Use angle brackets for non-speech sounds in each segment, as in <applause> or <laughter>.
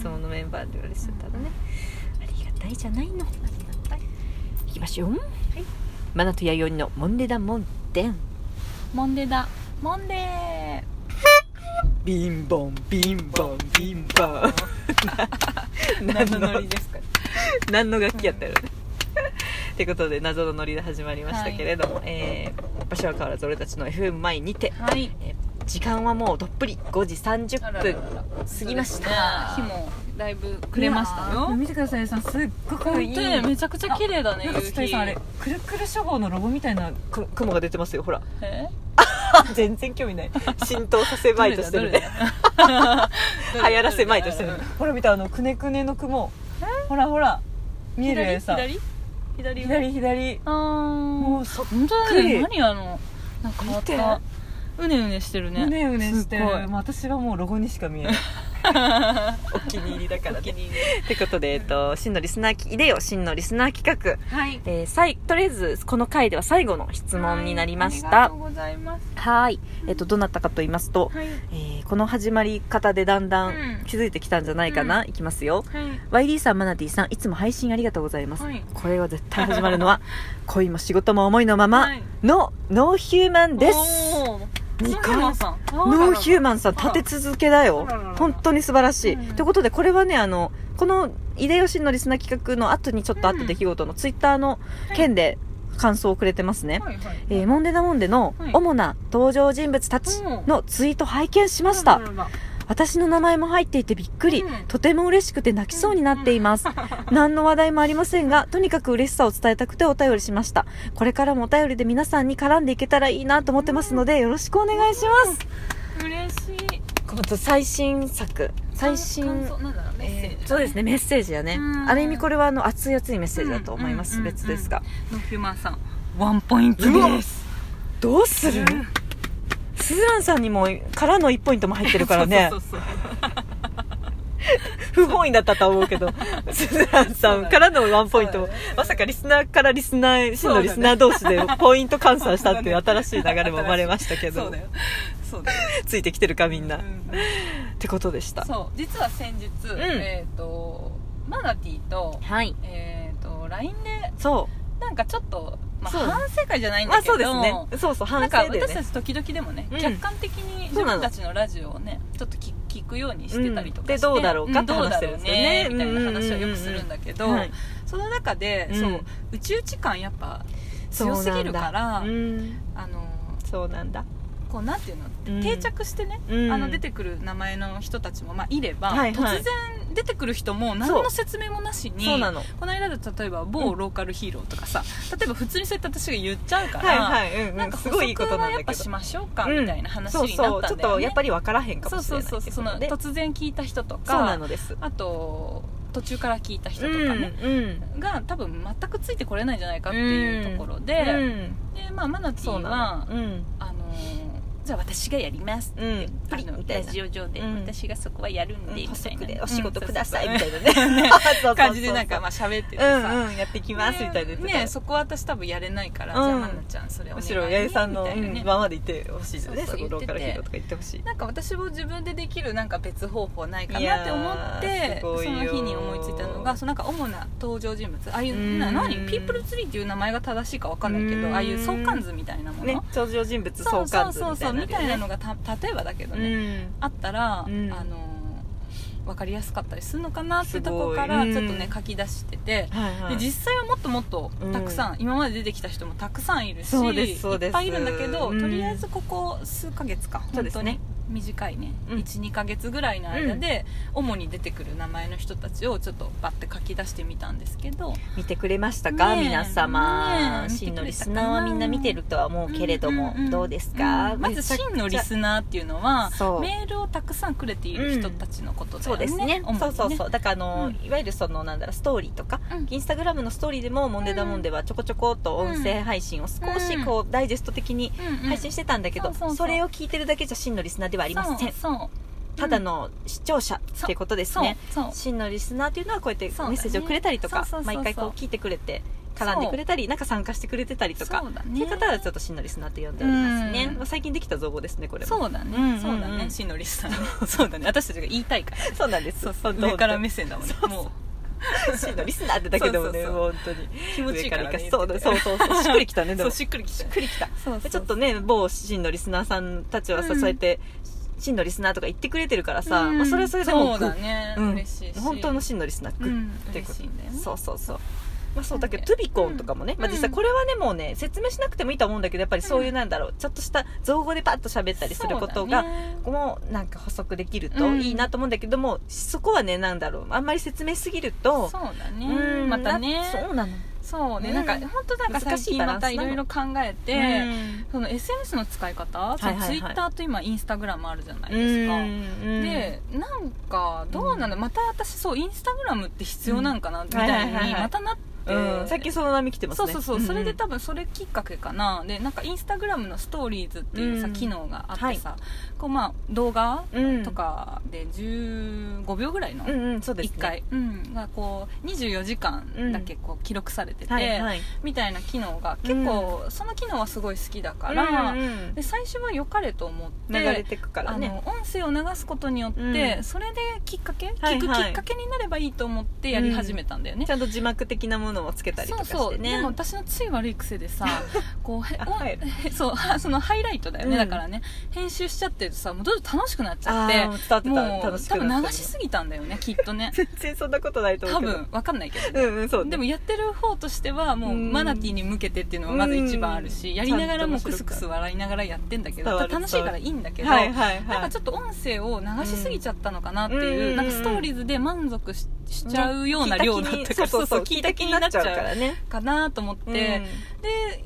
つものメンバーで嬉しちゃったらね、ありがたいじゃないのありがたいいきましょう、はい、マナと弥生のモンデダモンデンモンデだモンデービンボンビンボンビンボン <laughs> 何のノリですか何の楽器やったやろね。 <laughs> ってことで謎のノリで始まりましたけれども、えー場所は変わらず俺たちの FM 前にて、はいえー時間はもうどっぷり5時30分過ぎました日もだいぶくれましたいやーよ見てくださいさんすっごくい本い当にめちゃくちゃ綺麗だねなんか夕ちょっと日さんあれくるくる処方のロゴみたいなく雲が出てますよほらえ全然興味ない浸透させまいとしてるね流行らせまいとしてるねほら見たあのくねくねの雲ほらほら見える左やさ左左左左あーもうそっ本当だくりね何あのなんか変わったうねうねしてるねうねうねしてるすっごいもう私はもうロゴにしか見えない <laughs> お気に入りだからね気に入ってことで、えっと、真のリスナーき、いでよ、真のリスナー企画。りはいえー、さい、とりあえず、この回では最後の質問になりましはいたありがとう。ございますはい。えっと、どなたかと言いますと、はいえーこの始まり方でだんだうんん気づいてきたんじゃないかな。いきますよ。はいワイリーさん、マナティさん、いつも配信ありがとうございます。はいこれは絶対始まるの <laughs> は、恋も仕事も思いのままはいの、ノーヒューマンです。おー二回ノーヒューマンさんノーヒューマンマンさん立て続けだよあらららら本当に素晴らしい、うんということでこれはねあのこの秀吉のリスナー企画の後にちょっとあった出来事のツイッターの件で感想をくれてますね、はいはいえーモンデナモンデのはい主な登場人物たちのツイート拝見しましあたらららら私の名前も入っていてびっくり、うんとても嬉しくて泣きそうになっています、何の話題もありませんがとにかく嬉しさを伝えたくてお便りしましたこれからもお便りで皆さんに絡んでいけたらいいなと思ってますのでよろしくお願いします嬉しいこの最新作最新感想なんだろうメッセージえーそうですねメッセージやねうんある意味これはあの熱い熱いメッセージだと思いますうん別ですがノーヒューマンさんワンポイントうわですどうするスズランさんにもからの1ポイントも入ってるからね <laughs> そうそうそう不本意だったとは思う <laughs> けどスズランさんからの1ポイントもそうだねまさかリスナーからリスナー真のリスナーそ同士でポイント換算したっていう新しい流れも生まれましたけそうどだよそうだよついてきてるかみんなっうんてことでしたそう実は先日んえっとマナティとはいえっと LINE でそなんかちょっとまあそう反省会じゃなういんまだあけどそうですねそうそうな反んか省でよ私ねたち時々でもね、うん客観的に自そうなの分たちのラジオをねちょっと聞聞くようにしてたりとかして、うんでどうだろうかってんどうだろう話してねるみんたですいよねな話をよくするんだけど、うんうんうんうんはいその中で、うんそう宇宙時間やっぱ強すぎるから、うんあのそうなんだこうなんていうの、うん定着してね、うんあの出てくる名前の人たちもまあいれば、はいはい突然出てくる人も何の説明もなしにそうなのこの間だと例えば某ローカルヒーローとかさ、例えば普通にそうやって私が言っちゃうから、はいはい、うんうん、なんかす補ごいいいこ足となはんやだけっぱどしましょうかみたいな話そうになそっうたちょんっだよとねやっぱり分からへんかそもうしそれうないそうそのってこと突然聞いた人とでそうなかのですあと途中から聞いた人うとんかね、うんが多分全くついてこれないんじゃないかっていうところで、うんでまあマナティそうーなのは、うんあのじゃあ私がやりますって、うんあのみたラいなジオ上で、うん私がそこはやるんでみ補たい足なでお仕事うんくださいそうみそたういなね <laughs> そうそうそう感じでなんかまあ喋っててうさ、んうんやってきますみたいなやつでとかねそこは私多分やれないから、うんじゃあマナちゃんそれお願むいしねろ八重さんのみたいなねうんままでいてほしいですねそそうそうこローカルヒ言ーロっててーとか言ってほしいなんか私も自分でできるなんか別方法ないかいなやって思ってーすごいよそのー日に思いついたのがそのなんか主な登場人物ああいううんな何ピープルツリーっていう名前が正しいかわかんないけうどんああいう相関図みたいなもの、ね登場人物そ相うそ関う図そうそうみみたたいいななののがた例えばだけどがね、ねあったら、うんあの分かりやすかったりするのかなってとこかすらごいちうょんっとね書き出してて。うんはいはでい実際はもっともっとたくさん、今まで出てきた人もたくさんいるしそうですそうですいっぱいいるんだけど、うんとりあえずここ数ヶ月かそう本です当ねに短いね、うん12ヶ月ぐらいの間で、主に出てくる名前の人たちをちょっとバッて書き出してみたんですけど見てくれましたか、ねえ皆様ねえ真のリスナーはみんな見てるとは思うけれども、んんんどうですか、うんまず真のリナスナーっていうのはそうメールをたくさんくれている人たちのことだそようね、ですね主にねそうそうそうだからあの、うんいわゆるそのなんだろうストーリーとか、うんインスタグラムのストーリーでも「モンデダモンデ」はちょこちょこっと音声配信を少しこう、ダイジェスト的にうんうん配信してたんだけど、そうそうそうれを聞いてるだけじゃ真のリスナーではありませんそうそうただの視聴者っていうことですねそうそう真のリスナーというのはこうやってメッセージをくれたりとか、そうだねそうそうそうそ毎う回こう聞いてくれて絡んでくれたりなんか参加してくれてたりとかそうだそうねいう方はちょっとしんなりすなって呼んでおりますねうんまあ最近できた造語ですねこれもそうだうんうんうねんそうだねしのりさん <laughs> ねそうだね私たちが言いたいからそうなんですそうそう本当上から目線だもんねもうシーのリスナーってだけでもねそうもう本当に気持ちいいからね上から行かそう言だってそてう <laughs> そうそうしっくりきたねでそもうしっくりきたしっくりきたそうそうちょっとね某真のリスナーさんたちはさ、うんそうやって真のリスナーとか言ってくれてるからさ、うんまあ、それはそれでもそうだねうん嬉しいし本当の真のリスナーグうッんてく嬉るしいんだよねそうそうそうまあそうだけど、そトうゥビコンとかもね、まあ、うん実際これはねもうね説明しなくてもいいと思うんだけどやっぱりそういううんなんだろう、ちょっとした造語でパッと喋ったりすることが、そうだねもうなんか補足できるうとんいいなと思うんだけども、そこはねなんだろうあんまり説明しすぎるとそうだうねんまたねなそうなのそうね、うんなんか本当なんか最難しい近バラまンスたないのろいろ考えて、うんその SNS の使い方、いそはいのはい Twitter と今インスタグラムあるじゃないですか、うんでなんかどうなの、また私そうインスタグラムって必要なんかな、みたはいはいいはいにはいまたなって、うん、さっきその波来てますそうねそうそう、それでた多分それきっかけかなでなんかインスタグラムのストーリーズっていうさ、うん機能があってさ、こうまあ動画うんとかで15秒ぐらいのうんうんそうです、ね、 1回、うんがこう24時間だけこう記録されてて、はいはいみたいな機能が結構、その機能はすごい好きだから、うんうんで最初は良かれと思って流れてくからあねの音声を流すことによって、うんそれできっかけ、はい聞くきはいっかけになればいいと思ってやり始めたんだよね、ちゃんと字幕的なものもつけたりとそかうしそうてねでも私のつい悪い癖で <laughs> さこうへあおはいへそう <laughs> はそのハイライトだよね、うんだからね編集しちゃってるとさもうどんどん楽しくなっちゃあーって伝わってたも楽うし多くな分っ流たしすぎたんだよねきっとね全然そんなことないと思多うけど分わかんないけどねうんうんそうねでもやってる方としてはもううんマナティーに向けてっていうのはまず一番あるし、うんやりながらもうちゃんとク面ス白くクス笑いながらやってんだけど伝わる楽しいからいいんだけど、はいはいはいなんかちょっと音声を流しすぎちゃったのかなっていう、うんなんかストーリーズで満足ししちゃうような量だったから、そうそう聞いた気になっちゃうかうらねかなと思って、で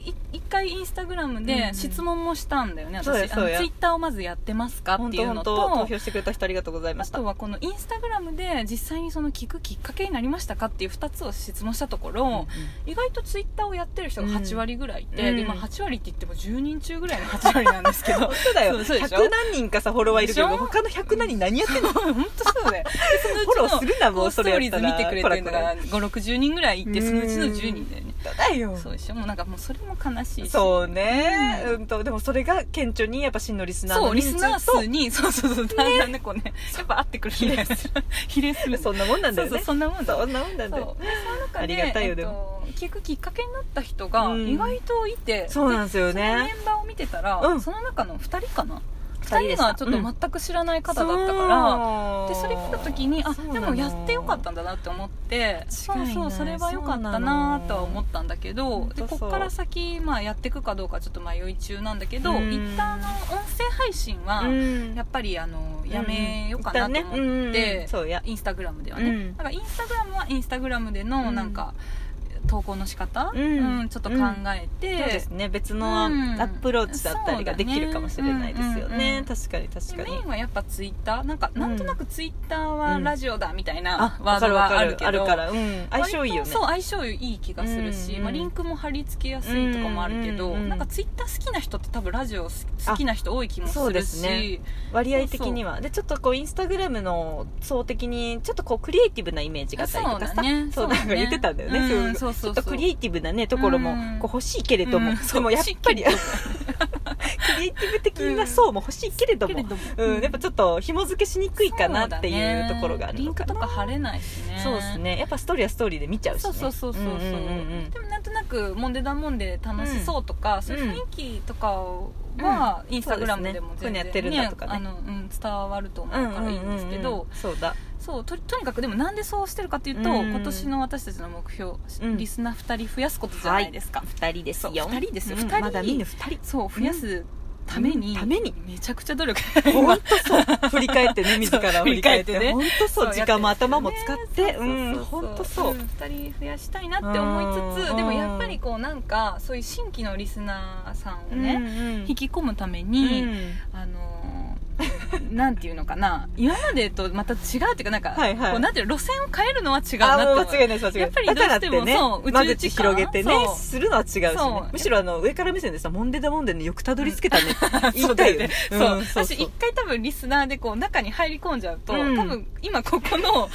い一回インスタグラムで質問もしたんだよね、そうや私あそのうやツイッターをまずやってますかっ本てい当う本の当と投票してくれた人ありがとうございまあしたとはこのインスタグラムで実際にその聞くきっかけになりましたかっていう2つを質問したところ、意外とツイッターをやってる人が8割ぐらいいて、うんでまあ8割って言っても10人中ぐらいの8割なんですけどそうだよそうそうでしょ100何人かさフォロワーいるけどでしょ他の100何人何やってんの本当そ <laughs> うだよでそのうちフォローのするなもこうそうストれーやリっーたズら見てくれてるのこらが560人ぐらいいてそのうちの10人だよねこらだよそうでしょもうなんかもうそれも悲しいしそうね、ううん、とでもそれが顕著にやっぱ真のリスナーそのうリスナーと数にそうそうそうだんだんねこうねやっぱ合ってく <laughs> るんだよね比例するんだよそんなもんなんだよそうねそうそんなもんだよそんなもんなんだそうよでその中でありがたいよえっでと、聞くきっかけになった人がうん意外といて、そうなんですよでそのメねンバーを見てたら、うんその中の2人かな二人2でし人たがちょっと全く知らない方だったから、でそれ見た時にあそうなのでもやってよかったんだなって思ってそう違いそなういそれはよかったなとは思ったんだけほどんでとそうこっから先、まあ、やっていくかどうかちょっと迷い中なんだけど、うん一旦あの音声配信は、うんやっぱりあのやめようか一旦ねなと思っうんうてん、そうやインスタグラムではね、うんだからインスタグラムはインスタグラムでうのんなんか、投稿の仕方、うんちょっと考えて、そうですね別のアうんップローチだったりができるかもしれないですよそうだねね、うん確かに確かでメにインはやっぱツイッターなんかなんとなくツイッターうはんラジオだみたいなあワわかードるわはかあるるけどあるから、うん、相性いいよ割ねとそう相性いい気がするし、うんまあ、リンクも貼り付けやすいとかもあるけど、うんうんうんなんかツイッター好きな人って多分ラジオ好きな人多い気もあそうすでるすしね割合的にはでちょっとこうインスタグラムの層的にちょっとこうクリエイティブなイメージがあったりとかさそうだねそうなんか言ってたんだよね、うんすごくそうそうそうちょっとクリエイティブなねところもうんこう欲しいけれども、うんでもやっぱりクリエイティブ的な層も欲しいけれども、うんやっぱちょっと紐付けしにくいかなっていうところがあるリのンクかとなか貼れないしねそうですねやっぱストーリーはストーリーで見ちゃうし、そね、うそうそうそうそう,、んんんでもなんとなくモンデダモンデ楽しそうとか、そういう雰囲気とかは、うんインスタグラムでも全然、そうですねこういうのやってるんだとかねあのうん、伝わると思うんうからいいんですけど、うんうんうんそうだそうととにかくでもなんでそうしてるかというと、うんうん今年の私たちの目標、うんリスナー2人増やすことじゃないですか、 2人ですよそう二人ですようん二人まだ見ぬ2人そう増やすためうに,、んためにめちゃくちゃ努力本当そう振り返ってね自ら振り返って <laughs> 振り返ってね本当そう時間も頭も使ってそううそんうそう本当そう2人増やしたいなって思いつうんつでもやっぱりこうなんかそういう新規のリスナーさんをね、うんうん引き込むためうに、んあのーなんていうのかな今までとまた違うっていうかなんかはいはいこうなんていうの路線を変えるのは違うなあってもう思う間違いないです間違いないやっぱりどだうしてもからってねそう間内々口感広げてねそうするのは違うし、ねそう、むしろあの上から目線でさモンデダモンデのよくたどり着けたね、言いたいよね <laughs> そう、ん私一回多分リスナーでこう中に入り込んじゃうと、うん多分今こ <laughs> この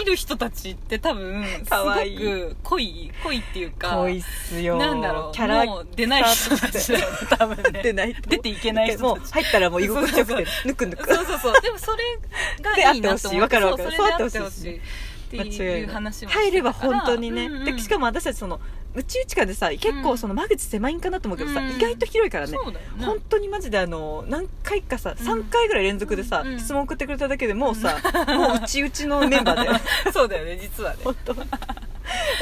いる人たちって多分すかごわいいく濃い濃いっていうか濃いっすよなんだろうキャラもう出ない人たちだよね <laughs> 多分ね <laughs> 出ない出ていけない人もうたち入ったらもう居心地よくてぬくぬくそうそう <laughs> そうでもそれがいいなであってと思ほしいわかるわかるそうそれであっそてうあってほほししいいって間違いいうない話も入れば本当にね、でしかもも私たちその内々感でさ結構その間口狭いんかなと思うけどさ、うん意外と広いからね、そうだよね本当にマジであの何回かさ、うん3回ぐらい連続でさ、うん質問送ってくれただけでもうさ、もううちうちのメンバーで <laughs> そうだよね実はね本当だか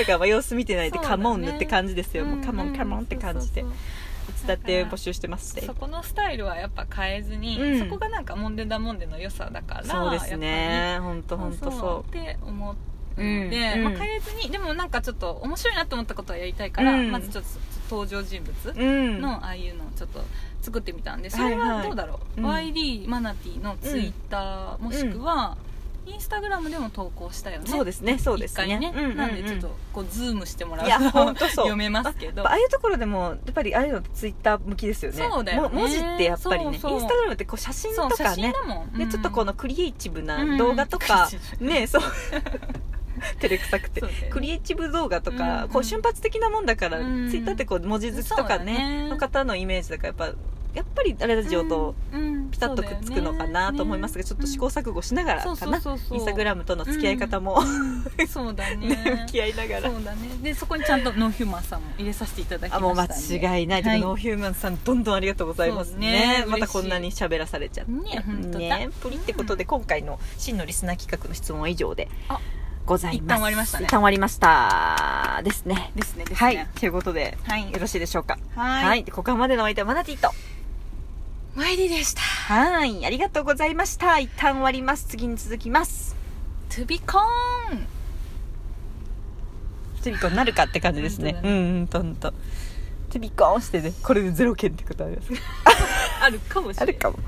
らまあ様子見てないで、そうだカねモンヌって感じですよ、もうカモうんンうんカモンって感じでいそうそうつだって募集してますそうねそこのスタイルはやっぱ変えずに、うんそこがなんかモンデダモンデの良さだからそうですね本当やっぱ本り当そって思って、うんで、うんまあ、変えずにでもなんかちょっと面白いなと思ったことはやりたいから、うんまずちょっと登場人物、ううんのああいうのをちょっと作ってみたんではそいはいれはどうだろう、うん YD マナティのツイッターもしくは、インスタグラムでも投稿したよねそうですねそうです一回ね、うんうんうんなんでちょっとこうズームしてもらいやう本と当そう読めますけどああいうところでもやっぱりああいうのってツイッター向きですよねそうだよねも文字ってやっぱりねそうそうインスタグラムってこう写真そうとか写真ねだもん、でちょっとこののクリエイティブな動画と <laughs> か、ねそう <laughs> 照れくさくて、そうだよねクリエイティブ動画とか、うんこう瞬発的なもんだから、うんツイッターってこう文字好きとかそうだねねの方のイメージだからやっぱやっぱりラジオとピタッとくっつくのかなと思いますが、ちょっと試行錯誤しながらかな、インスタグララムとの付き合い方も、ムそうだね <laughs> ね <laughs> 向き合いながらそうだねでそこにちゃんとノーヒューマンさんも入れさせていただきまあしたもうんで間違いない、はいでもノーヒューマンさんどんどんありがとうございますねそうまねた嬉しいこんなに喋らされちゃってね本当だねプリってことで今回の真のリスナー企画の質問は以上であございます一旦終わりましたね一旦終わりましたですねですねですねはいということではいよろしいでしょうかはいでここまでのお相手はマナティとマイディでしたはいありがとうございました一旦終わります次に続きますトゥビコーントゥビコンなるかって感じですね本う当んうんとんとトゥビコンしてねこれでゼロ件ってことありますあるかもしれあなるいかも